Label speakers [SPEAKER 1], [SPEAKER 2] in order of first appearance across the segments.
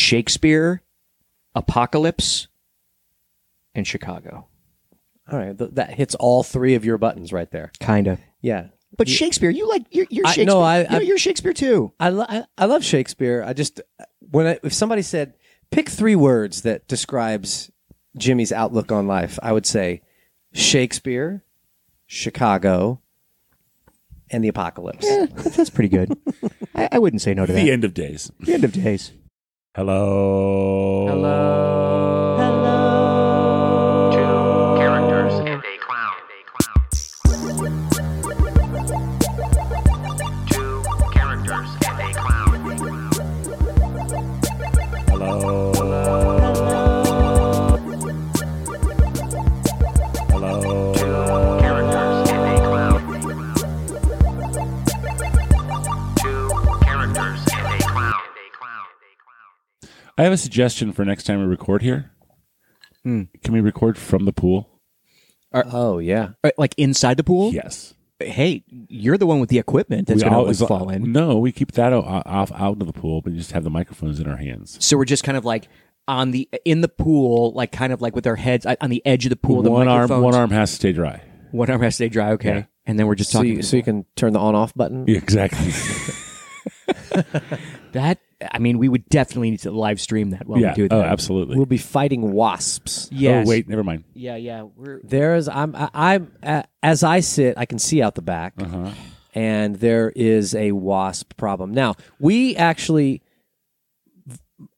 [SPEAKER 1] Shakespeare, Apocalypse, and Chicago.
[SPEAKER 2] All right, th- that hits all three of your buttons right there.
[SPEAKER 1] Kind of.
[SPEAKER 2] Yeah,
[SPEAKER 1] But
[SPEAKER 2] You-
[SPEAKER 1] Shakespeare, you like you're, you're
[SPEAKER 2] I-
[SPEAKER 1] Shakespeare.
[SPEAKER 2] no, I-
[SPEAKER 1] you're,
[SPEAKER 2] I-
[SPEAKER 1] you're Shakespeare too.
[SPEAKER 2] I, lo- I I love Shakespeare. I just when I, if somebody said pick three words that describes Jimmy's outlook on life, I would say Shakespeare, Chicago, and the apocalypse.
[SPEAKER 1] Eh, that's pretty good. I, I wouldn't say no to that.
[SPEAKER 3] The end of days.
[SPEAKER 1] The end of days.
[SPEAKER 3] Hello.
[SPEAKER 4] Two characters and a clown. Two characters and a clown.
[SPEAKER 3] Hello. Hello.
[SPEAKER 4] Two characters and a clown. Two characters and a clown.
[SPEAKER 3] I have a suggestion for next time we record here. Can we record from the pool?
[SPEAKER 2] oh yeah,
[SPEAKER 1] Uh, Like inside the pool?
[SPEAKER 3] Yes.
[SPEAKER 1] Hey, you're the one with the equipment that's
[SPEAKER 3] We
[SPEAKER 1] going to always
[SPEAKER 3] always-
[SPEAKER 1] fall in.
[SPEAKER 3] No, we keep that o- off out of the pool, but just have the microphones in our hands.
[SPEAKER 1] So we're just kind of like on the in the pool, like kind of like with our heads uh, on the edge of the pool. The
[SPEAKER 3] one arm,
[SPEAKER 1] microphones-
[SPEAKER 3] one arm has to stay dry.
[SPEAKER 1] one arm has to stay dry. Okay,
[SPEAKER 3] Yeah.
[SPEAKER 1] and then we're just
[SPEAKER 2] so
[SPEAKER 1] talking.
[SPEAKER 2] you, so you can turn the on-off button.
[SPEAKER 3] exactly.
[SPEAKER 1] that I mean, we would definitely need to live stream that while
[SPEAKER 3] yeah.
[SPEAKER 1] we do that.
[SPEAKER 3] Oh, absolutely.
[SPEAKER 2] We'll be fighting wasps.
[SPEAKER 1] Yes.
[SPEAKER 3] Oh, wait. Never mind.
[SPEAKER 1] Yeah, yeah. We're
[SPEAKER 2] There is I'm I, I'm uh, as I sit, I can see out the back,
[SPEAKER 1] Uh-huh.
[SPEAKER 2] and there is a wasp problem. Now we actually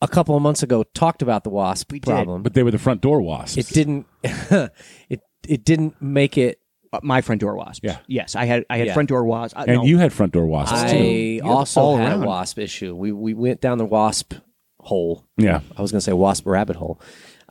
[SPEAKER 2] a couple of months ago talked about the wasp
[SPEAKER 1] did.
[SPEAKER 2] problem.
[SPEAKER 3] But they were the front door wasps.
[SPEAKER 2] It didn't it it didn't make it.
[SPEAKER 1] uh, my front door wasps.
[SPEAKER 3] Yeah.
[SPEAKER 1] Yes, I had I had
[SPEAKER 2] Yeah.
[SPEAKER 1] front door wasps.
[SPEAKER 5] Uh,
[SPEAKER 1] I,
[SPEAKER 3] And
[SPEAKER 1] no.
[SPEAKER 3] you had front door wasps too.
[SPEAKER 2] I
[SPEAKER 1] You're
[SPEAKER 2] also
[SPEAKER 1] all
[SPEAKER 2] had
[SPEAKER 1] around.
[SPEAKER 2] a wasp issue. We we went down the wasp hole.
[SPEAKER 3] Yeah.
[SPEAKER 2] I was going to say wasp rabbit hole,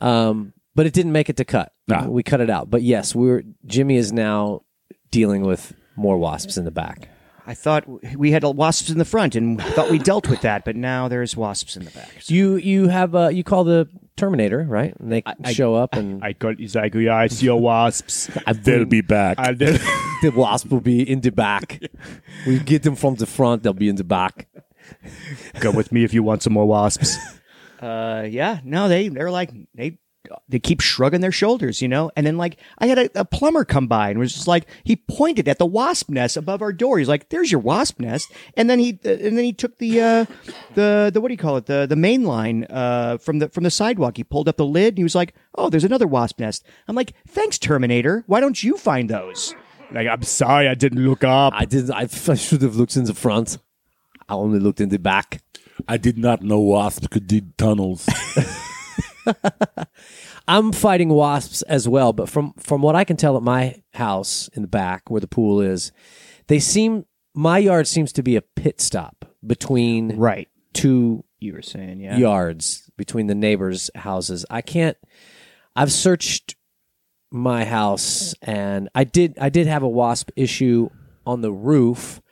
[SPEAKER 2] um, but it didn't make it to cut.
[SPEAKER 3] Ah.
[SPEAKER 2] We cut it out. But yes, we were. Jimmy is now dealing with more wasps in the back.
[SPEAKER 5] I thought we had wasps in the front, and I thought we dealt with that, but now there's wasps in the back.
[SPEAKER 2] You you have uh, you call the Terminator right? And they
[SPEAKER 5] I-
[SPEAKER 2] show up and
[SPEAKER 5] I got exactly. I see your wasps.
[SPEAKER 3] They'll be back.
[SPEAKER 2] the wasp will be in the back. we get them from the front; they'll be in the back.
[SPEAKER 5] go with me if you want some more wasps. uh, yeah, no, they they're like they they keep shrugging their shoulders, you know. And then like I had a, a plumber come by and was just like he pointed at the wasp nest above our door. He's like, "There's your wasp nest." And then he and then he took the uh, the the what do you call it the the main line uh, from the from the sidewalk. He pulled up the lid and he was like, "Oh, there's another wasp nest." I'm like, "Thanks, Terminator. Why don't you find those?" Like, I'm sorry, I didn't look up.
[SPEAKER 2] I did. I, I should have looked in the front. I only looked in the back.
[SPEAKER 3] I did not know wasps could dig tunnels.
[SPEAKER 2] I'm fighting wasps as well, but from from what I can tell at my house in the back where the pool is, they seem my yard seems to be a pit stop between
[SPEAKER 5] right,
[SPEAKER 2] two
[SPEAKER 5] you were saying, yeah.
[SPEAKER 2] yards between the neighbors' houses. I can't. I've searched my house, and I did. I did have a wasp issue on the roof.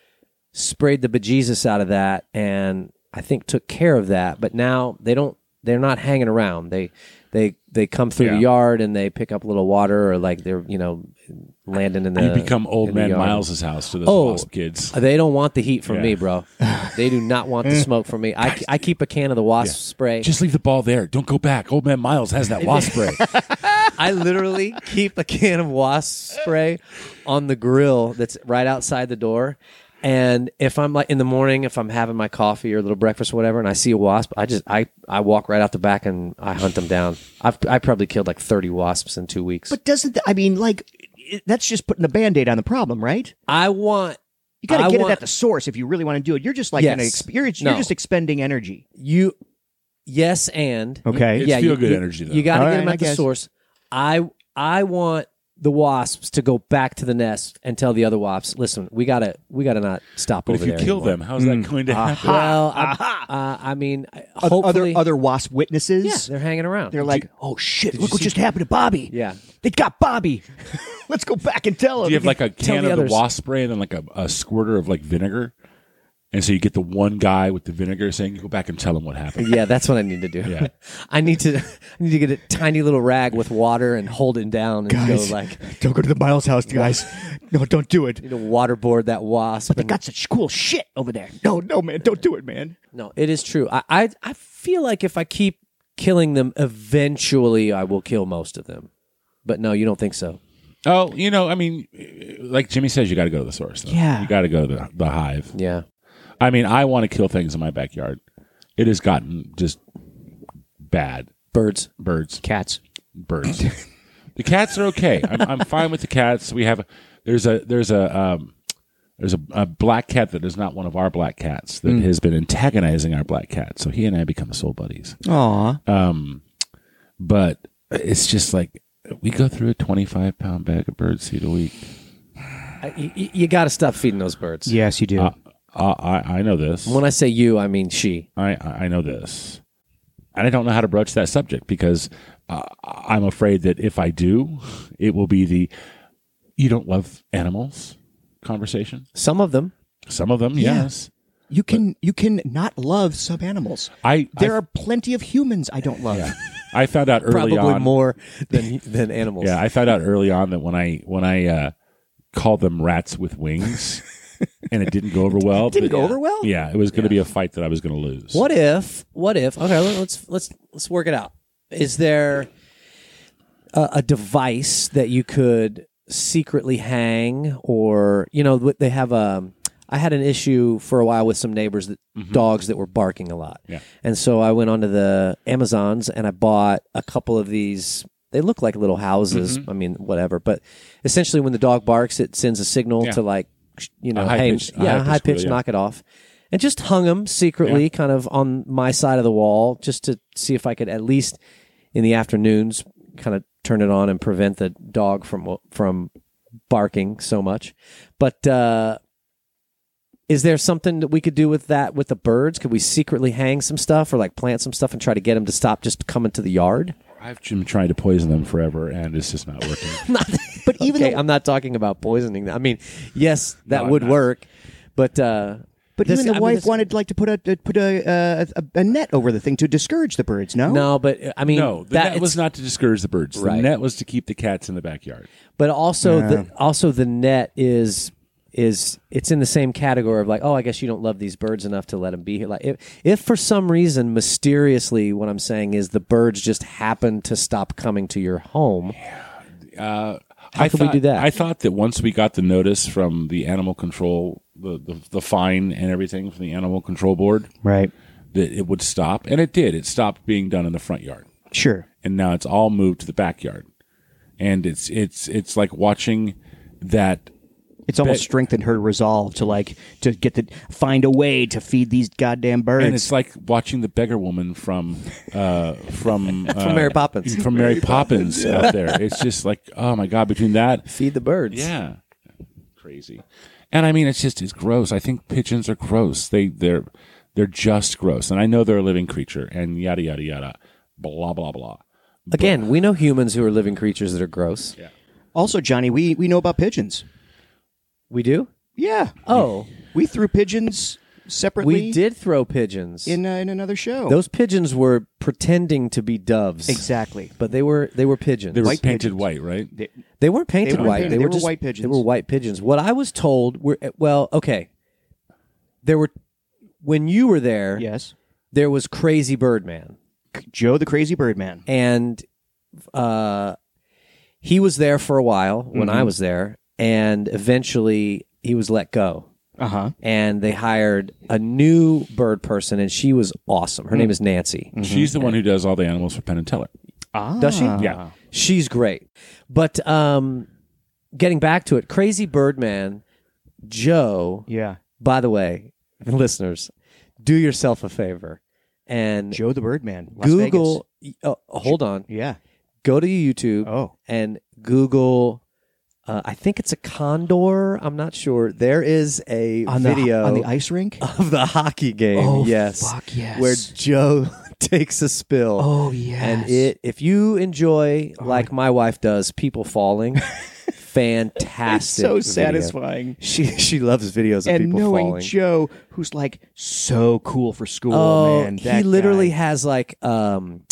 [SPEAKER 2] Sprayed the bejesus out of that, and I think took care of that. But now they don't. They're not hanging around. They they they come through the
[SPEAKER 3] Yeah.
[SPEAKER 2] yard and they pick up a little water, or like they're you know landing in the.
[SPEAKER 3] you become old
[SPEAKER 2] in the
[SPEAKER 3] man
[SPEAKER 2] yard.
[SPEAKER 3] Miles's house to those
[SPEAKER 2] Oh.
[SPEAKER 3] wasp kids.
[SPEAKER 2] They don't want the heat from
[SPEAKER 3] Yeah.
[SPEAKER 2] me, bro. They do not want the smoke from me. I, I keep a can of the wasp spray.
[SPEAKER 3] Just leave the ball there. Don't go back. Old man Miles has that wasp spray.
[SPEAKER 2] I literally keep a can of wasp spray on the grill that's right outside the door. And if I'm like in the morning, if I'm having my coffee or a little breakfast or whatever, and I see a wasp, I just I I walk right out the back and I hunt them down. I've I probably killed like thirty wasps in two weeks.
[SPEAKER 5] But doesn't th- I mean like it, that's just putting a band-aid on the problem, right?
[SPEAKER 2] I want
[SPEAKER 5] You got
[SPEAKER 2] I
[SPEAKER 5] to get
[SPEAKER 2] want-
[SPEAKER 5] it at the source if you really want to do it. You're just like an
[SPEAKER 2] Yes.
[SPEAKER 5] exp- you're, you're
[SPEAKER 2] No.
[SPEAKER 5] just expending energy.
[SPEAKER 2] you. Yes, and
[SPEAKER 5] Okay.
[SPEAKER 3] It's
[SPEAKER 2] you-
[SPEAKER 3] feel-good
[SPEAKER 2] you-
[SPEAKER 3] energy, though.
[SPEAKER 2] You got to
[SPEAKER 5] All
[SPEAKER 2] get
[SPEAKER 5] right,
[SPEAKER 2] them
[SPEAKER 5] I
[SPEAKER 2] at the
[SPEAKER 5] guess.
[SPEAKER 2] source. I I want the wasps to go back to the nest and tell the other wasps, listen, we gotta we gotta not stop
[SPEAKER 3] but
[SPEAKER 2] over
[SPEAKER 3] if you
[SPEAKER 2] there
[SPEAKER 3] kill
[SPEAKER 2] anymore."
[SPEAKER 3] them, how's that going to happen?
[SPEAKER 2] Well, I, uh, I mean, I- hopefully,
[SPEAKER 5] Other other wasp witnesses.
[SPEAKER 2] yeah, they're hanging around.
[SPEAKER 5] They're like, "Oh shit! Look what just happened to Bobby.
[SPEAKER 2] Yeah.
[SPEAKER 5] they got Bobby. Let's go back and tell him."
[SPEAKER 3] Do you have like a
[SPEAKER 2] Tell
[SPEAKER 3] can
[SPEAKER 2] the
[SPEAKER 3] of the
[SPEAKER 2] others.
[SPEAKER 3] wasp spray and then like a, a squirter of like vinegar? And so you get the one guy with the vinegar saying, "You go back and tell him what happened."
[SPEAKER 2] Yeah, that's what I need to do.
[SPEAKER 3] Yeah.
[SPEAKER 2] I need to I need to get a tiny little rag with water and hold it down and
[SPEAKER 5] Guys,
[SPEAKER 2] go like
[SPEAKER 5] don't go to the Miles house, guys. no, don't do it.
[SPEAKER 2] you know, waterboard that wasp.
[SPEAKER 5] They
[SPEAKER 2] and-
[SPEAKER 5] got such cool shit over there. No, no, man, don't do it, man.
[SPEAKER 2] no, it is true. I, I I feel like if I keep killing them, eventually I will kill most of them. But no, you don't think so.
[SPEAKER 3] Oh, you know, I mean, eh, like Jimmy says, you got to go to the source. Though.
[SPEAKER 5] Yeah.
[SPEAKER 3] you got to go to the, the hive.
[SPEAKER 2] Yeah.
[SPEAKER 3] I mean, I want to kill things in my backyard. It has gotten just bad.
[SPEAKER 2] Birds.
[SPEAKER 3] Birds,
[SPEAKER 5] Cats.
[SPEAKER 3] birds. the cats are okay. I'm, I'm fine with the cats. We have there's a there's a um, there's a, a black cat that is not one of our black cats that has been antagonizing our black cat. So he and I become soul buddies.
[SPEAKER 5] Aw.
[SPEAKER 3] But it's just like we go through a 25 pound bag of bird seed a week.
[SPEAKER 2] I, y- y- you got to stop feeding those birds.
[SPEAKER 5] yes, you do.
[SPEAKER 3] Uh, I I know this.
[SPEAKER 2] When I say you, I mean she.
[SPEAKER 3] I I I know this, and I don't know how to broach that subject because uh, I'm afraid that if I do, it will be the you don't love animals conversation.
[SPEAKER 2] Some of them.
[SPEAKER 3] Some of them,
[SPEAKER 5] Yeah.
[SPEAKER 3] yes.
[SPEAKER 5] you can you can not love some animals.
[SPEAKER 3] I
[SPEAKER 5] There
[SPEAKER 3] I,
[SPEAKER 5] are plenty of humans I don't love.
[SPEAKER 3] I found out early
[SPEAKER 2] Probably
[SPEAKER 3] on.
[SPEAKER 2] more than than animals.
[SPEAKER 3] Yeah, I found out early on that when I when I uh, called them rats with wings, and it didn't go over well.
[SPEAKER 5] Didn't
[SPEAKER 3] but-
[SPEAKER 5] go over well?
[SPEAKER 3] Yeah, it was going to be a fight that I was going to lose.
[SPEAKER 2] What if? What if? Okay, let- let's let's let's work it out. Is there a, a device that you could secretly hang, or you know, what they have a. I had an issue for a while with some neighbors that dogs that were barking a lot,
[SPEAKER 3] Mm-hmm. Yeah.
[SPEAKER 2] and so I went onto the Amazons and I bought a couple of these. They look like little houses.
[SPEAKER 3] Mm-hmm.
[SPEAKER 2] I mean, whatever, but essentially, when the dog barks, it sends a signal
[SPEAKER 3] Yeah.
[SPEAKER 2] to like, sh- you know, hey,
[SPEAKER 3] high-pitched-
[SPEAKER 2] yeah,
[SPEAKER 3] a high-pitched
[SPEAKER 2] high pitch,
[SPEAKER 3] squeal, yeah.
[SPEAKER 2] knock it off, and just hung them secretly, kind of on my side of the wall, just to see if I could at least in the afternoons kind of turn it on and prevent the dog from from barking so much. But uh, is there something that we could do with that with the birds? Could we secretly hang some stuff or like plant some stuff and try to get them to stop just coming to the yard?
[SPEAKER 3] I've been trying to poison them forever, and it's just not working.
[SPEAKER 2] But even
[SPEAKER 5] though-
[SPEAKER 2] I'm not talking about poisoning them. I mean, yes, that
[SPEAKER 3] No, I'm
[SPEAKER 2] would
[SPEAKER 3] not.
[SPEAKER 2] work, but. Uh,
[SPEAKER 5] But
[SPEAKER 2] this-
[SPEAKER 5] even the
[SPEAKER 2] I mean,
[SPEAKER 5] wife
[SPEAKER 2] this-
[SPEAKER 5] wanted like to put a to put a, uh, a a net over the thing to discourage the birds. No,
[SPEAKER 2] No, but uh, I mean
[SPEAKER 3] no, the
[SPEAKER 2] that
[SPEAKER 3] net was
[SPEAKER 2] it's-
[SPEAKER 3] not to discourage the birds.
[SPEAKER 2] Right.
[SPEAKER 3] The net was to keep the cats in the backyard.
[SPEAKER 2] But also, the, also the net is is it's in the same category of like, oh, I guess you don't love these birds enough to let them be here. Like, if if for some reason mysteriously, what I'm saying is the birds just happen to stop coming to your home.
[SPEAKER 3] How
[SPEAKER 2] could we do that?
[SPEAKER 3] I thought that once we got the notice from the animal control, the, the the fine and everything from the animal control board,
[SPEAKER 5] right?
[SPEAKER 3] that it would stop, and it did. It stopped being done in the front yard,
[SPEAKER 5] Sure.
[SPEAKER 3] and now it's all moved to the backyard, and it's it's it's like watching that.
[SPEAKER 5] It's almost
[SPEAKER 3] But-
[SPEAKER 5] strengthened her resolve to like to get the find a way to feed these goddamn birds.
[SPEAKER 3] And it's like watching the beggar woman from, uh, from uh,
[SPEAKER 2] Mary Poppins.
[SPEAKER 3] from Mary, Poppins out there. It's just like, oh my god! Between that
[SPEAKER 2] Feed the birds.
[SPEAKER 3] Yeah. Crazy. And I mean it's just it's gross. I think pigeons are gross. They they're they're just gross. And I know they're a living creature and yada yada yada. Blah blah blah.
[SPEAKER 2] Again, we know humans who are living creatures that are gross.
[SPEAKER 5] also, Johnny, we we know about pigeons.
[SPEAKER 2] We do.
[SPEAKER 5] Yeah.
[SPEAKER 2] Oh,
[SPEAKER 5] We threw pigeons separately.
[SPEAKER 2] we did throw pigeons.
[SPEAKER 5] in uh, in another show.
[SPEAKER 2] Those pigeons were pretending to be doves,
[SPEAKER 5] exactly.
[SPEAKER 2] but they were they were pigeons.
[SPEAKER 3] They were
[SPEAKER 5] White
[SPEAKER 3] painted
[SPEAKER 5] pigeons.
[SPEAKER 3] white, right?
[SPEAKER 2] They weren't painted
[SPEAKER 5] They weren't
[SPEAKER 2] white.
[SPEAKER 5] painted.
[SPEAKER 2] They,
[SPEAKER 5] They
[SPEAKER 2] were
[SPEAKER 5] were
[SPEAKER 2] just-
[SPEAKER 5] white pigeons.
[SPEAKER 2] They were white pigeons. What I was told were eh, well, okay. There were when you were there.
[SPEAKER 5] Yes.
[SPEAKER 2] There was Crazy Birdman,
[SPEAKER 5] Joe the Crazy Birdman.
[SPEAKER 2] and uh, he was there for a while when
[SPEAKER 5] Mm-hmm.
[SPEAKER 2] I was there, and eventually he was let go,
[SPEAKER 5] Uh huh.
[SPEAKER 2] and they hired a new bird person, and she was awesome. Her
[SPEAKER 5] Mm.
[SPEAKER 2] name is Nancy.
[SPEAKER 3] She's the one who does all the animals for Penn and Teller.
[SPEAKER 5] Ah.
[SPEAKER 2] Does she?
[SPEAKER 3] Yeah.
[SPEAKER 2] She's great. But um, getting back to it, Crazy Birdman, Joe.
[SPEAKER 5] Yeah.
[SPEAKER 2] By the way, listeners, do yourself a favor and
[SPEAKER 5] Joe the Birdman. Las
[SPEAKER 2] Google. Oh, hold on.
[SPEAKER 5] Vegas.
[SPEAKER 2] Go to
[SPEAKER 5] Yeah.
[SPEAKER 2] YouTube
[SPEAKER 5] Oh.
[SPEAKER 2] and Google. Uh, I think it's a condor. I'm not sure. There is a
[SPEAKER 5] On
[SPEAKER 2] video
[SPEAKER 5] the on the ice rink.
[SPEAKER 2] of the hockey game.
[SPEAKER 5] Oh,
[SPEAKER 2] yes,
[SPEAKER 5] fuck Oh, yes.
[SPEAKER 2] where Joe takes a spill.
[SPEAKER 5] Oh, yes. Oh,
[SPEAKER 2] and it. If you enjoy, like my wife does, people falling. fantastic.
[SPEAKER 5] so
[SPEAKER 2] video.
[SPEAKER 5] satisfying.
[SPEAKER 2] She she loves videos of
[SPEAKER 5] And
[SPEAKER 2] people
[SPEAKER 5] knowing
[SPEAKER 2] falling.
[SPEAKER 5] Joe, who's like so cool for school,
[SPEAKER 2] oh,
[SPEAKER 5] man.
[SPEAKER 2] he literally has like um,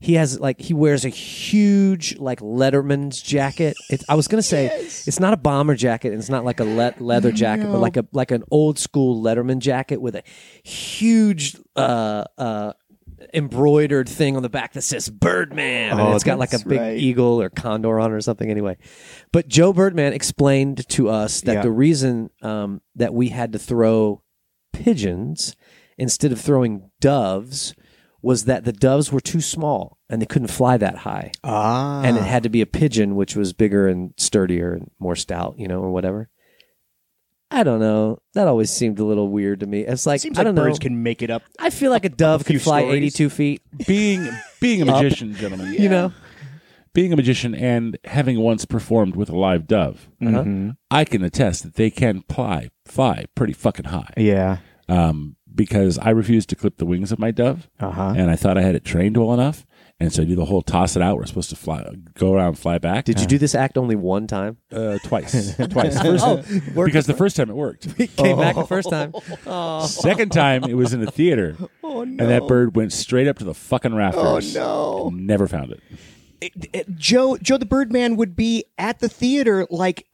[SPEAKER 2] he has like he wears a huge like Letterman's jacket. It, I was gonna say it's not a bomber jacket, and it's not like a le- leather jacket, but like a like an old school Letterman jacket with a huge uh uh embroidered thing on the back that says Birdman, and
[SPEAKER 5] Oh,
[SPEAKER 2] it's got like a
[SPEAKER 5] that's
[SPEAKER 2] big
[SPEAKER 5] right.
[SPEAKER 2] eagle or condor on it or something. Anyway, but Joe Birdman explained to us that
[SPEAKER 5] Yeah.
[SPEAKER 2] the reason um, that we had to throw pigeons instead of throwing doves was that the doves were too small and they couldn't fly that high,
[SPEAKER 5] ah,
[SPEAKER 2] and it had to be a pigeon which was bigger and sturdier and more stout, you know, or whatever. I don't know. That always seemed a little weird to me. It's like
[SPEAKER 5] seems
[SPEAKER 2] I
[SPEAKER 5] like
[SPEAKER 2] don't
[SPEAKER 5] birds
[SPEAKER 2] know.
[SPEAKER 5] can make it up.
[SPEAKER 2] I feel like a dove
[SPEAKER 5] few
[SPEAKER 2] could fly
[SPEAKER 5] stories.
[SPEAKER 2] 82 feet.
[SPEAKER 3] being being a magician, gentlemen.
[SPEAKER 2] You know,
[SPEAKER 5] Mm-hmm.
[SPEAKER 3] being a magician and having once performed with a live dove,
[SPEAKER 2] Uh-huh. Mm-hmm.
[SPEAKER 5] Mm-hmm.
[SPEAKER 3] I can attest that they can fly fly pretty fucking high.
[SPEAKER 5] Yeah.
[SPEAKER 3] Um, because I refused to clip the wings of my dove,
[SPEAKER 5] Uh
[SPEAKER 2] Uh-huh.
[SPEAKER 5] huh.
[SPEAKER 3] and I thought I had it trained well enough, and so I do the whole toss it out. We're supposed to fly, go around, fly back.
[SPEAKER 2] Did you do this act only one time?
[SPEAKER 3] uh, twice? twice. First,
[SPEAKER 2] Oh,
[SPEAKER 3] because the first time it worked.
[SPEAKER 2] Came back the first time.
[SPEAKER 3] Second time it was in a theater,
[SPEAKER 5] Oh,
[SPEAKER 3] and that bird went straight up to the fucking rafters.
[SPEAKER 5] no.
[SPEAKER 3] And never found it.
[SPEAKER 5] Joe Joe the Birdman would be at the theater like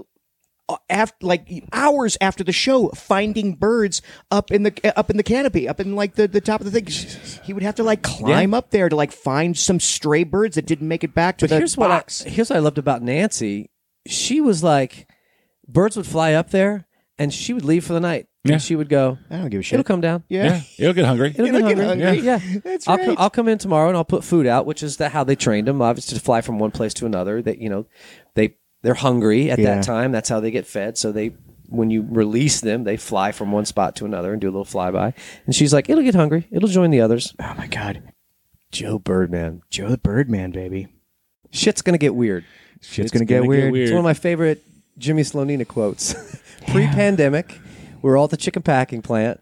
[SPEAKER 5] uh, after like hours after the show finding birds up in the uh, up in the canopy up in like the, the top of the thing he would have to like climb up there to like find some stray birds that didn't make it back to
[SPEAKER 2] But
[SPEAKER 5] the
[SPEAKER 2] here's what I,
[SPEAKER 5] box
[SPEAKER 2] here's what I loved about Nancy. She was like, birds would fly up there, and she would leave for the night.
[SPEAKER 3] Yeah.
[SPEAKER 2] And she would go.
[SPEAKER 5] I don't give a Oh, shit
[SPEAKER 2] It'll come down.
[SPEAKER 5] yeah
[SPEAKER 3] it'll get hungry.
[SPEAKER 2] It'll,
[SPEAKER 5] It'll
[SPEAKER 2] get
[SPEAKER 5] get
[SPEAKER 2] hungry.
[SPEAKER 5] hungry.
[SPEAKER 2] Yeah,
[SPEAKER 5] That's
[SPEAKER 2] I'll, co-
[SPEAKER 5] right.
[SPEAKER 2] I'll come in tomorrow and I'll put food out, which is the, how they trained them, obviously, to fly from one place to another. That you know, they they're hungry at
[SPEAKER 5] Yeah.
[SPEAKER 2] that time. That's how they get fed. So they, when you release them, they fly from one spot to another and do a little flyby. And she's like, "It'll get hungry. It'll join the others."
[SPEAKER 5] oh my god
[SPEAKER 2] Joe Birdman,
[SPEAKER 5] Joe the Birdman baby
[SPEAKER 2] shit's gonna get weird.
[SPEAKER 5] shit's gonna get weird.
[SPEAKER 2] It's one of my favorite Jimmy Slonina quotes. Pre-pandemic, we were all at the chicken packing plant,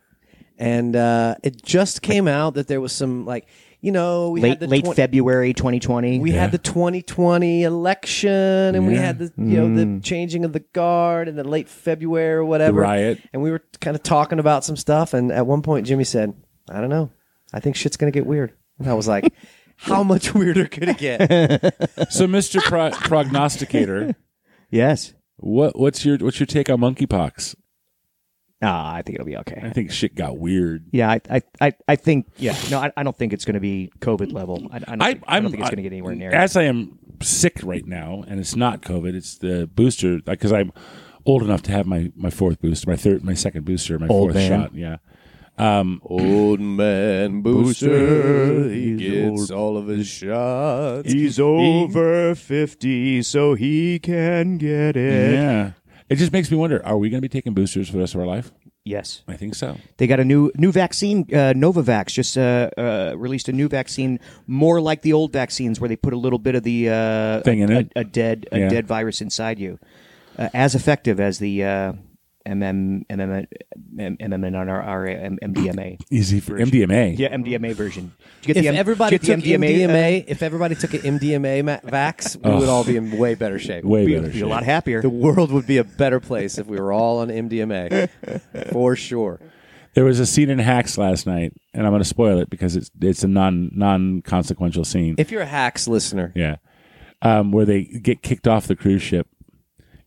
[SPEAKER 2] and uh, it just came out that there was some like, you know, we had
[SPEAKER 5] late
[SPEAKER 2] the
[SPEAKER 5] late
[SPEAKER 2] twen-
[SPEAKER 5] February 2020
[SPEAKER 2] we had the 2020 election, and we
[SPEAKER 3] Yeah.
[SPEAKER 2] had the you know
[SPEAKER 5] Mm-hmm.
[SPEAKER 2] the changing of the guard, and then late February or whatever
[SPEAKER 3] riot.
[SPEAKER 2] and we were kind of talking about some stuff. And at one point, Jimmy said, "I don't know, I think shit's gonna get weird." And I was like, "How much weirder could it get?"
[SPEAKER 3] so, Mister Pro- Prognosticator,
[SPEAKER 5] yes
[SPEAKER 3] what what's your what's your take on monkeypox?
[SPEAKER 5] ah I think it'll be okay
[SPEAKER 3] I think shit got weird.
[SPEAKER 5] Yeah, I, I, I, I think. Yeah, no, I, I don't think it's going to be COVID level. I, I, don't,
[SPEAKER 3] I,
[SPEAKER 5] think, I
[SPEAKER 3] I'm,
[SPEAKER 5] don't think it's going to get anywhere near.
[SPEAKER 3] As I am sick right now, and it's not COVID. It's the booster because I'm old enough to have my my fourth booster, my third, my second booster, my
[SPEAKER 5] Old
[SPEAKER 3] fourth
[SPEAKER 5] man.
[SPEAKER 3] shot. Yeah. Um,
[SPEAKER 2] Old man
[SPEAKER 5] Booster, he gets
[SPEAKER 2] all of his shots.
[SPEAKER 5] He's over fifty, so he can get it.
[SPEAKER 3] Yeah. It just makes me wonder: Are we going to be taking boosters for the rest of our life?
[SPEAKER 5] Yes,
[SPEAKER 3] I think so.
[SPEAKER 5] they got a new new vaccine. Uh, Novavax just uh, uh, released a new vaccine, more like the old vaccines, where they put a little bit of the uh,
[SPEAKER 3] Thing in
[SPEAKER 5] a,
[SPEAKER 3] it.
[SPEAKER 5] a, a dead a
[SPEAKER 3] Yeah.
[SPEAKER 5] dead virus inside you, uh, as effective as the uh, MM, MM, MMNRRA, MDMA.
[SPEAKER 3] Easy for MDMA.
[SPEAKER 5] Yeah, MDMA version. Did you get
[SPEAKER 2] If
[SPEAKER 5] the M-
[SPEAKER 2] everybody
[SPEAKER 5] did you
[SPEAKER 2] took
[SPEAKER 5] get the
[SPEAKER 2] MDMA,
[SPEAKER 5] MDMA, uh,
[SPEAKER 2] if everybody took an MDMA ma- vax, we would all be in way better shape.
[SPEAKER 3] Way
[SPEAKER 5] be,
[SPEAKER 3] better.
[SPEAKER 5] be
[SPEAKER 3] shape.
[SPEAKER 5] a lot happier.
[SPEAKER 2] The world would be a better place if we were all on MDMA, for sure.
[SPEAKER 3] There was a scene in Hacks last night, and I'm going to spoil it because it's it's a non non consequential scene.
[SPEAKER 2] If you're a hacks listener,
[SPEAKER 3] Yeah. Um, where they get kicked off the cruise ship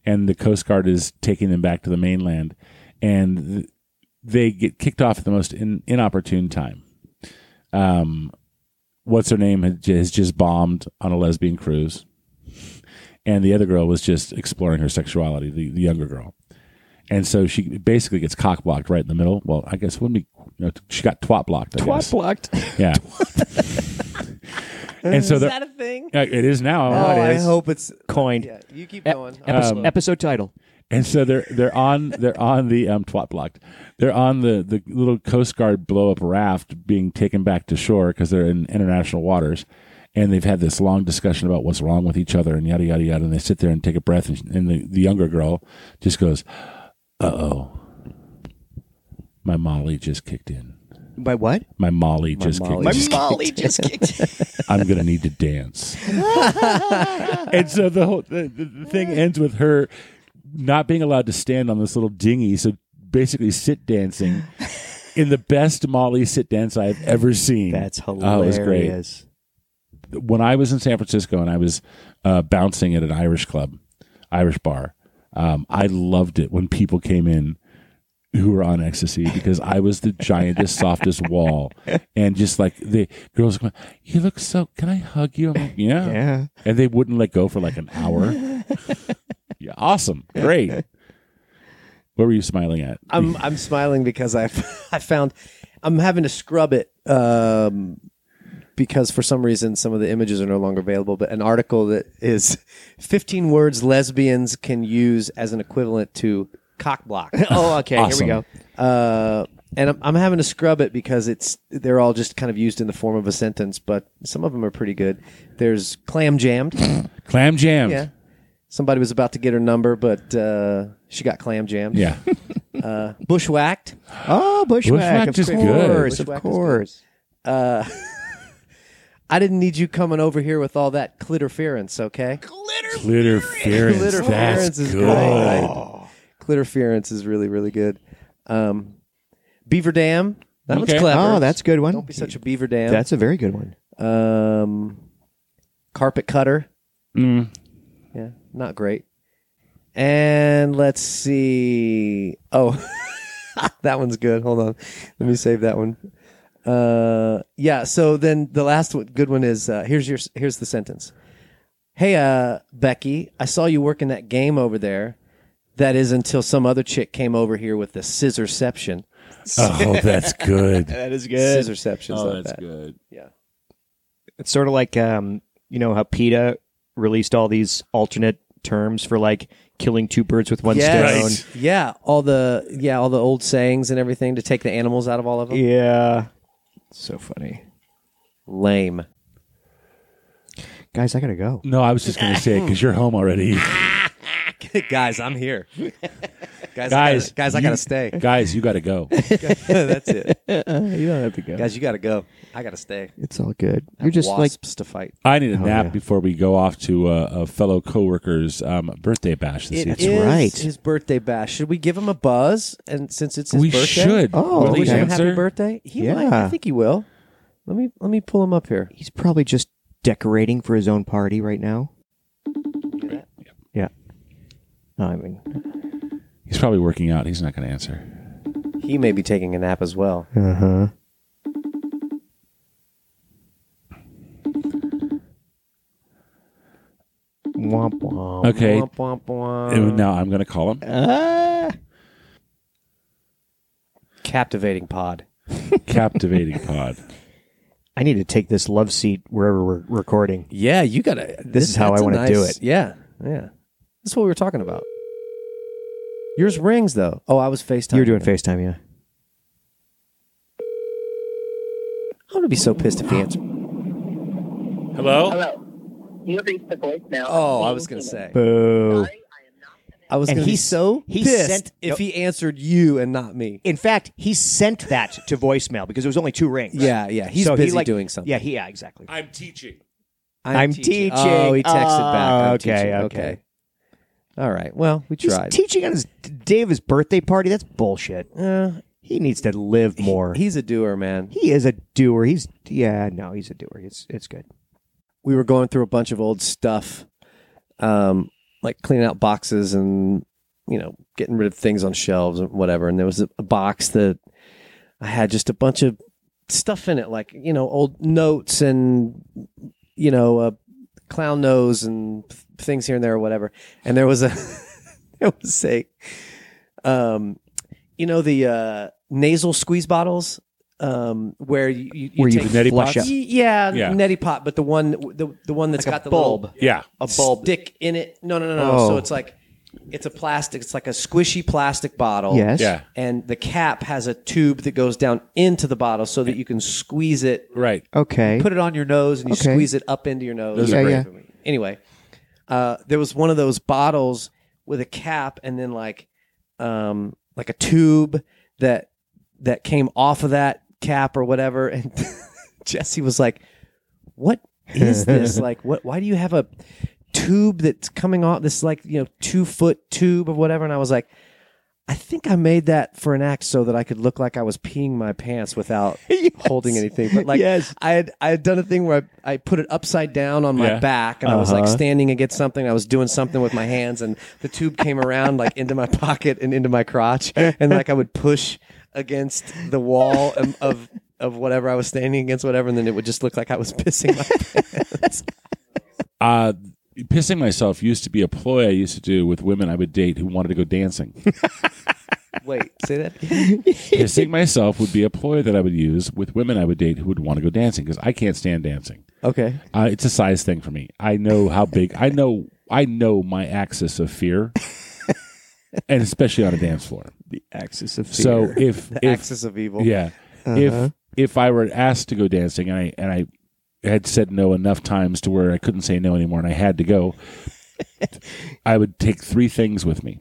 [SPEAKER 3] and the Coast Guard is taking them back to the mainland. And th- they get kicked off at the most in- inopportune time. Um, what's her name had- has just bombed on a lesbian cruise. And the other girl was just exploring her sexuality, the, the younger girl. And so she basically gets cock blocked right in the middle. Well, I guess when we, you know, she got twat blocked. I guess.
[SPEAKER 5] blocked.
[SPEAKER 3] Yeah. and so the,
[SPEAKER 2] a thing?
[SPEAKER 3] uh, it is now.
[SPEAKER 2] Oh, I hope it's.
[SPEAKER 5] Coined.
[SPEAKER 2] Yeah, you keep
[SPEAKER 5] Ep-
[SPEAKER 2] going.
[SPEAKER 5] episode, episode title.
[SPEAKER 3] And so they're they're on they're on the um twat blocked. They're on the the little Coast Guard blow up raft being taken back to shore because they're in international waters. And they've had this long discussion about what's wrong with each other and yada yada yada. And they sit there and take a breath. And, and the, the younger girl just goes, "Uh oh, my Molly just kicked in."
[SPEAKER 5] By what?
[SPEAKER 3] My Molly just
[SPEAKER 2] Molly
[SPEAKER 3] kicked.
[SPEAKER 5] My
[SPEAKER 3] in.
[SPEAKER 2] Just
[SPEAKER 5] Molly just kicked. in.
[SPEAKER 3] I'm gonna need to dance. and so the whole the, the, the thing ends with her not being allowed to stand on this little dinghy, so basically sit dancing in the best Molly sit dance I've ever seen.
[SPEAKER 5] That's
[SPEAKER 3] Oh, it was
[SPEAKER 5] hilarious.
[SPEAKER 3] great when I was in San Francisco and I was uh, bouncing at an Irish club, Irish bar, um, I loved it when people came in who were on ecstasy because I was the giantest, softest wall, and just like the girls, come, you look so. Can I hug you? I'm like, yeah.
[SPEAKER 5] Yeah.
[SPEAKER 3] And they wouldn't let go for like an hour. yeah, awesome, great. What were you smiling at?
[SPEAKER 2] I'm I'm smiling because I I found I'm having to scrub it um, because for some reason some of the images are no longer available. But an article that is 15 words lesbians can use as an equivalent to cock block.
[SPEAKER 5] Oh, okay.
[SPEAKER 3] Awesome.
[SPEAKER 5] Here we go.
[SPEAKER 2] Uh, and I'm, I'm having to scrub it because it's they're all just kind of used in the form of a sentence, but some of them are pretty good. There's clam jammed.
[SPEAKER 3] Clam jammed.
[SPEAKER 2] Yeah. Somebody was about to get her number, but uh, she got clam jammed.
[SPEAKER 3] Yeah.
[SPEAKER 2] Bushwhacked.
[SPEAKER 5] Oh, Bushwhack.
[SPEAKER 3] Bushwhack
[SPEAKER 5] Of
[SPEAKER 3] is good.
[SPEAKER 5] course. Of
[SPEAKER 2] Bushwhack is good.
[SPEAKER 5] course.
[SPEAKER 2] Uh, I didn't need you coming over here with all that clitterference, okay?
[SPEAKER 3] Glitterference. That's
[SPEAKER 2] is
[SPEAKER 3] good.
[SPEAKER 2] great, right? Clitterference is really, really good. Um, Beaver Dam. That
[SPEAKER 3] Okay.
[SPEAKER 2] one's clever.
[SPEAKER 5] Oh, that's a good one.
[SPEAKER 2] Don't be such a beaver dam.
[SPEAKER 5] That's a very good one.
[SPEAKER 2] um, carpet cutter.
[SPEAKER 3] Mm.
[SPEAKER 2] Yeah, not great. And let's see. Oh, that one's good. Hold on, let me save that one. Uh, yeah. So then the last one, good one is uh, here's your here's the sentence. Hey, uh, Becky, I saw you working that game over there. That is until some other chick came over here with the scissorception.
[SPEAKER 3] Oh, that's good.
[SPEAKER 5] That is
[SPEAKER 2] Scissorception's
[SPEAKER 3] oh,
[SPEAKER 2] like
[SPEAKER 3] that's
[SPEAKER 2] that.
[SPEAKER 3] good.
[SPEAKER 5] It's sort of like um, you know how PETA released all these alternate terms for like killing two birds with one
[SPEAKER 2] Yes.
[SPEAKER 5] stone.
[SPEAKER 2] Yeah, all the yeah, all the old sayings and everything to take the animals out of all of them.
[SPEAKER 5] Yeah. So funny.
[SPEAKER 2] Lame.
[SPEAKER 5] Guys, I gotta go.
[SPEAKER 3] No, I was just going to say because you're home already.
[SPEAKER 2] guys, I'm here. guys,
[SPEAKER 3] Guys,
[SPEAKER 2] I gotta, guys, I
[SPEAKER 3] you-
[SPEAKER 2] gotta stay.
[SPEAKER 3] Guys, you got to go.
[SPEAKER 2] That's it.
[SPEAKER 5] You don't have to go.
[SPEAKER 2] Guys, you gotta go. I gotta stay.
[SPEAKER 5] It's all good. You're just like
[SPEAKER 2] wasps to fight.
[SPEAKER 3] I need a
[SPEAKER 2] Oh,
[SPEAKER 3] nap
[SPEAKER 5] yeah.
[SPEAKER 3] before we go off to uh, a fellow coworker's um, birthday bash this
[SPEAKER 2] It
[SPEAKER 3] evening.
[SPEAKER 2] is
[SPEAKER 5] right.
[SPEAKER 2] His birthday bash. Should we give him a buzz? And since it's his
[SPEAKER 3] We
[SPEAKER 2] birthday,
[SPEAKER 3] should.
[SPEAKER 5] Oh,
[SPEAKER 3] Will
[SPEAKER 2] Will
[SPEAKER 5] okay.
[SPEAKER 3] he
[SPEAKER 2] wish him happy
[SPEAKER 3] answer?
[SPEAKER 2] birthday. He
[SPEAKER 5] Yeah.
[SPEAKER 2] might. I think he will. Let me let me pull him up here.
[SPEAKER 5] he's probably just decorating for his own party right now. Yeah. No, I mean
[SPEAKER 3] He's probably working out. He's not going to answer.
[SPEAKER 2] He may be taking a nap as well.
[SPEAKER 5] Uh-huh. Womp womp.
[SPEAKER 3] Okay.
[SPEAKER 2] Womp, womp, womp.
[SPEAKER 3] and Now I'm going to call him.
[SPEAKER 5] Ah.
[SPEAKER 2] Captivating pod.
[SPEAKER 3] Captivating pod.
[SPEAKER 5] I need to take this love seat wherever we're recording.
[SPEAKER 2] Yeah, you gotta.
[SPEAKER 5] This is how I
[SPEAKER 2] that's a
[SPEAKER 5] wanna do it.
[SPEAKER 2] Yeah, yeah. That's what we were talking about. Yours rings though. Oh, I was FaceTime.
[SPEAKER 5] You're doing FaceTime, yeah.
[SPEAKER 2] I'm gonna be so pissed if he answers.
[SPEAKER 3] Hello?
[SPEAKER 4] You have reached the voicemail.
[SPEAKER 2] Oh, I was gonna say.
[SPEAKER 5] Boo.
[SPEAKER 2] I was
[SPEAKER 5] And
[SPEAKER 2] gonna be
[SPEAKER 5] he's-
[SPEAKER 2] so
[SPEAKER 5] he
[SPEAKER 2] pissed
[SPEAKER 5] sent-
[SPEAKER 2] if he answered you and not me.
[SPEAKER 5] In fact, he sent that to voicemail because there was only two rings.
[SPEAKER 2] Yeah, yeah. He's
[SPEAKER 5] So he,
[SPEAKER 2] busy
[SPEAKER 5] like-
[SPEAKER 2] doing something.
[SPEAKER 5] Yeah, he, yeah, exactly.
[SPEAKER 3] I'm teaching.
[SPEAKER 2] I'm,
[SPEAKER 5] I'm teaching.
[SPEAKER 2] Oh, he texted back.
[SPEAKER 5] Oh,
[SPEAKER 2] I'm
[SPEAKER 5] okay,
[SPEAKER 2] teaching.
[SPEAKER 5] okay.
[SPEAKER 2] All right. Well, we
[SPEAKER 5] He's
[SPEAKER 2] tried.
[SPEAKER 5] teaching on his day of his birthday party. That's bullshit.
[SPEAKER 2] Uh,
[SPEAKER 5] He needs to live more. He,
[SPEAKER 2] he's a doer, man.
[SPEAKER 5] is a doer. He's yeah, no, he's a doer. It's it's good.
[SPEAKER 2] we were going through a bunch of old stuff, um, like cleaning out boxes and you know getting rid of things on shelves and whatever. And there was a, a box that I had just a bunch of stuff in it, like you know old notes and you know uh, clown nose and th- things here and there or whatever. And there was a there was a um, you know the uh, nasal squeeze bottles. Um, where you, you,
[SPEAKER 5] Where you
[SPEAKER 2] take
[SPEAKER 3] Neti
[SPEAKER 5] flush
[SPEAKER 3] pots?
[SPEAKER 5] up.
[SPEAKER 2] Y- Yeah,
[SPEAKER 3] Yeah.
[SPEAKER 2] neti pot, but the one the the one that's
[SPEAKER 5] Like a
[SPEAKER 2] got the
[SPEAKER 5] bulb.
[SPEAKER 2] little
[SPEAKER 3] Yeah.
[SPEAKER 5] A bulb.
[SPEAKER 2] stick in it. No, no, no, no.
[SPEAKER 5] Oh.
[SPEAKER 2] So it's like it's a plastic. It's like a squishy plastic bottle.
[SPEAKER 5] Yes.
[SPEAKER 3] Yeah.
[SPEAKER 2] And the cap has a tube that goes down into the bottle so that you can squeeze it.
[SPEAKER 3] Right.
[SPEAKER 5] Okay.
[SPEAKER 2] Put it on your nose and you
[SPEAKER 5] Okay.
[SPEAKER 2] squeeze it up into your nose.
[SPEAKER 3] Those are
[SPEAKER 5] Yeah, great.
[SPEAKER 2] Anyway, uh, there was one of those bottles with a cap and then like um, like a tube that that came off of that cap or whatever, and Jesse was like, "What is this? like, what? Why do you have a tube that's coming off this like you know two foot tube or whatever?" And I was like. I think I made that for an act so that I could look like I was peeing my pants without holding anything. But like
[SPEAKER 5] Yes.
[SPEAKER 2] I had I had done a thing where I, I put it upside down on my
[SPEAKER 3] Yeah. Uh-huh.
[SPEAKER 2] back and I was like standing against something. I was doing something with my hands and the tube came around like into my pocket and into my crotch and like I would push against the wall of of, of whatever I was standing against, whatever, and then it would just look like I was pissing my pants.
[SPEAKER 3] Uh, pissing myself used to be a ploy I used to do with women I would date who wanted to go dancing.
[SPEAKER 2] Wait, say that.
[SPEAKER 3] pissing myself would be a ploy that I would use with women I would date who would want to go dancing because I can't stand dancing.
[SPEAKER 2] Okay.
[SPEAKER 3] Uh, it's a size thing for me. I know how big. I know. I know my axis of fear, and especially on a dance floor.
[SPEAKER 5] The axis of fear.
[SPEAKER 3] So if
[SPEAKER 2] The
[SPEAKER 3] if
[SPEAKER 2] axis Uh-huh. of evil.
[SPEAKER 3] yeah, if if I were asked to go dancing and I and I had said no enough times to where I couldn't say no anymore and I had to go, I would take three things with me.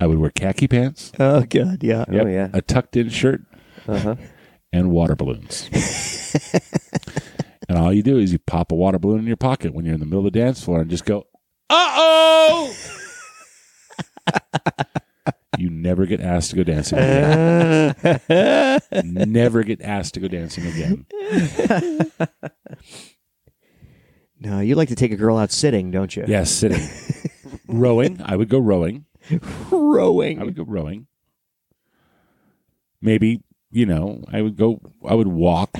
[SPEAKER 3] I would wear khaki pants,
[SPEAKER 5] oh god, yeah.
[SPEAKER 2] Oh, yeah.
[SPEAKER 3] a tucked in shirt,
[SPEAKER 2] Uh-huh.
[SPEAKER 3] and water balloons. and all you do is you pop a water balloon in your pocket when you're in the middle of the dance floor and just go, uh oh. you never get asked to go dancing again. never get asked to go dancing again.
[SPEAKER 5] No, you like to take a girl out sitting, don't you?
[SPEAKER 3] Yes, sitting. rowing. I would go rowing.
[SPEAKER 5] Rowing.
[SPEAKER 3] I
[SPEAKER 2] Mm-hmm.
[SPEAKER 3] would go rowing. Maybe, you know, I would go, I would walk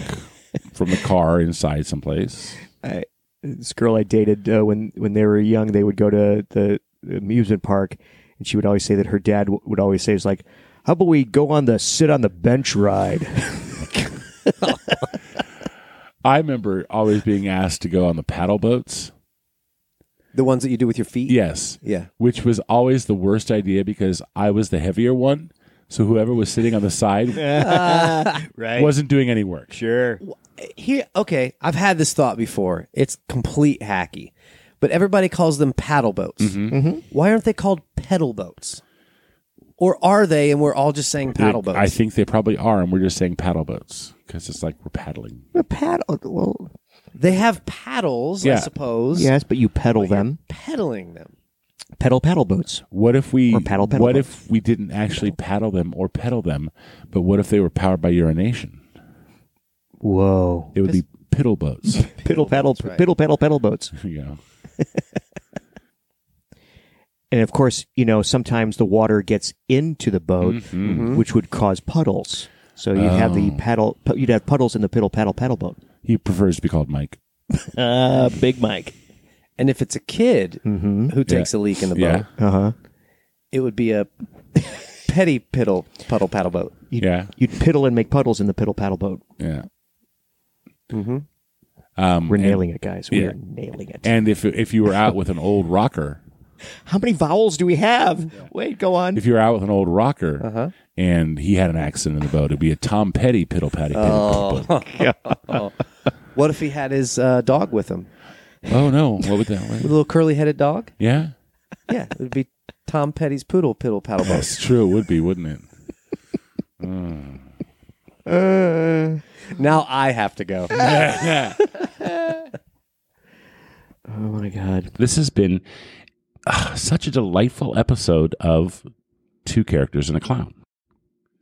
[SPEAKER 3] from the car inside someplace.
[SPEAKER 5] I, this girl I dated uh, when when they were young, they would go to the amusement park, and she would always say that her dad w- would always say, "Is like, how about we go on the sit on the bench ride?"
[SPEAKER 3] I remember always being asked to go on the paddle boats.
[SPEAKER 2] The ones that you do with your feet?
[SPEAKER 3] Yes.
[SPEAKER 2] Yeah.
[SPEAKER 3] Which was always the worst idea because I was the heavier one. So whoever was sitting on the side
[SPEAKER 5] right.
[SPEAKER 3] wasn't doing any work.
[SPEAKER 5] sure.
[SPEAKER 2] here okay i've had this thought before it's complete hacky but everybody calls them paddle boats
[SPEAKER 3] Mm-hmm.
[SPEAKER 5] Mm-hmm.
[SPEAKER 2] why aren't they called pedal boats or are they and we're all just saying paddle boats
[SPEAKER 3] I think they probably are. And we're just saying paddle boats because it's like we're paddling.
[SPEAKER 5] A paddle. Well,
[SPEAKER 2] they have paddles i
[SPEAKER 3] Yeah.
[SPEAKER 2] suppose
[SPEAKER 5] yes, but you pedal them.
[SPEAKER 2] pedaling them
[SPEAKER 5] Pedal paddle boats.
[SPEAKER 3] What if we
[SPEAKER 5] Or paddle pedal
[SPEAKER 3] What
[SPEAKER 5] boats.
[SPEAKER 3] if we didn't actually paddle them or pedal them, but what if they were powered by urination?
[SPEAKER 5] Whoa.
[SPEAKER 3] It would be piddle boats.
[SPEAKER 5] Piddle paddle.
[SPEAKER 2] right.
[SPEAKER 5] Piddle paddle pedal boats.
[SPEAKER 3] you know.
[SPEAKER 5] And of course, you know, sometimes the water gets into the boat,
[SPEAKER 3] Mm-hmm.
[SPEAKER 5] which would cause puddles. So you'd have
[SPEAKER 3] Oh.
[SPEAKER 5] the paddle, pu- you'd have puddles in the piddle paddle paddle boat.
[SPEAKER 3] He prefers to be called Mike.
[SPEAKER 5] Uh, Big Mike. Mm-hmm.
[SPEAKER 2] and if it's a kid who takes a leak in the boat
[SPEAKER 3] Yeah.
[SPEAKER 5] Uh huh.
[SPEAKER 2] it would be a petty piddle puddle paddle boat
[SPEAKER 3] Yeah.
[SPEAKER 5] You'd piddle and make puddles in the piddle paddle boat.
[SPEAKER 3] Yeah. Mm-hmm. Um,
[SPEAKER 5] We're
[SPEAKER 3] and-
[SPEAKER 5] nailing it, guys. We're
[SPEAKER 3] yeah.
[SPEAKER 5] nailing it.
[SPEAKER 3] And if if you were out with an old rocker,
[SPEAKER 5] How many vowels do we have? Wait, go on.
[SPEAKER 3] if you were out with an old rocker,
[SPEAKER 5] Uh-huh.
[SPEAKER 3] and he had an accident in the boat, it'd be a Tom Petty piddle patty.
[SPEAKER 5] Oh.
[SPEAKER 3] piddle piddle.
[SPEAKER 2] what if he had his uh, dog with him
[SPEAKER 3] Oh no! What would that?
[SPEAKER 2] a
[SPEAKER 3] What,
[SPEAKER 2] little curly headed dog
[SPEAKER 3] yeah,
[SPEAKER 2] yeah it would be tom petty's poodle piddle paddle boat
[SPEAKER 3] that's true. It would be, wouldn't it?
[SPEAKER 2] Now I have to go.
[SPEAKER 5] Oh my god.
[SPEAKER 3] This has been ah, such a delightful episode of Two Characters and a Clown.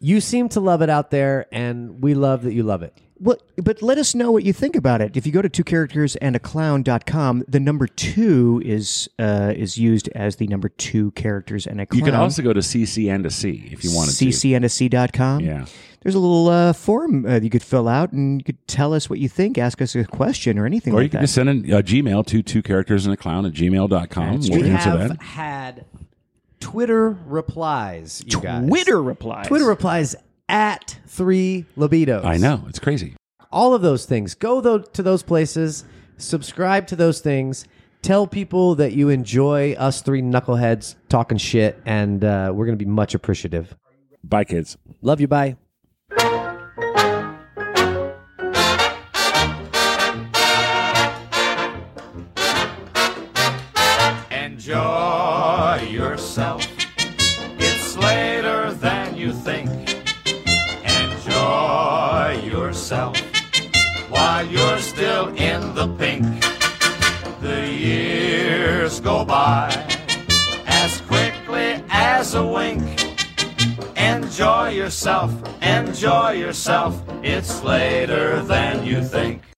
[SPEAKER 2] you seem to love it out there, and we love that you love it.
[SPEAKER 5] Well, but let us know what you think about it. If you go to two characters and a clown.com, the number two is uh, is used as the number two characters and a clown.
[SPEAKER 3] You can also go to CC and a C if you wanted to.
[SPEAKER 5] ccnsc.com.
[SPEAKER 3] Yeah.
[SPEAKER 5] There's a little uh, form uh, you could fill out and you could tell us what you think, ask us a question or anything
[SPEAKER 3] Or you
[SPEAKER 5] like
[SPEAKER 3] can
[SPEAKER 5] that.
[SPEAKER 3] just send an- a Gmail to two characters and a clown at gmail.com. We'll
[SPEAKER 2] we
[SPEAKER 3] answer
[SPEAKER 2] have
[SPEAKER 3] that.
[SPEAKER 2] had Twitter replies. You guys.
[SPEAKER 5] Twitter replies.
[SPEAKER 2] Twitter replies at three libidos.
[SPEAKER 3] I know. It's crazy.
[SPEAKER 2] all of those things. Go though to those places, subscribe to those things. Tell people that you enjoy us three knuckleheads talking shit, and uh, we're gonna be much appreciative.
[SPEAKER 3] Bye, kids.
[SPEAKER 2] Love you. Bye.
[SPEAKER 6] Enjoy yourself. It's later than you think. Enjoy. still in the pink. The years go by as quickly as a wink. Enjoy yourself, enjoy yourself. It's later than you think.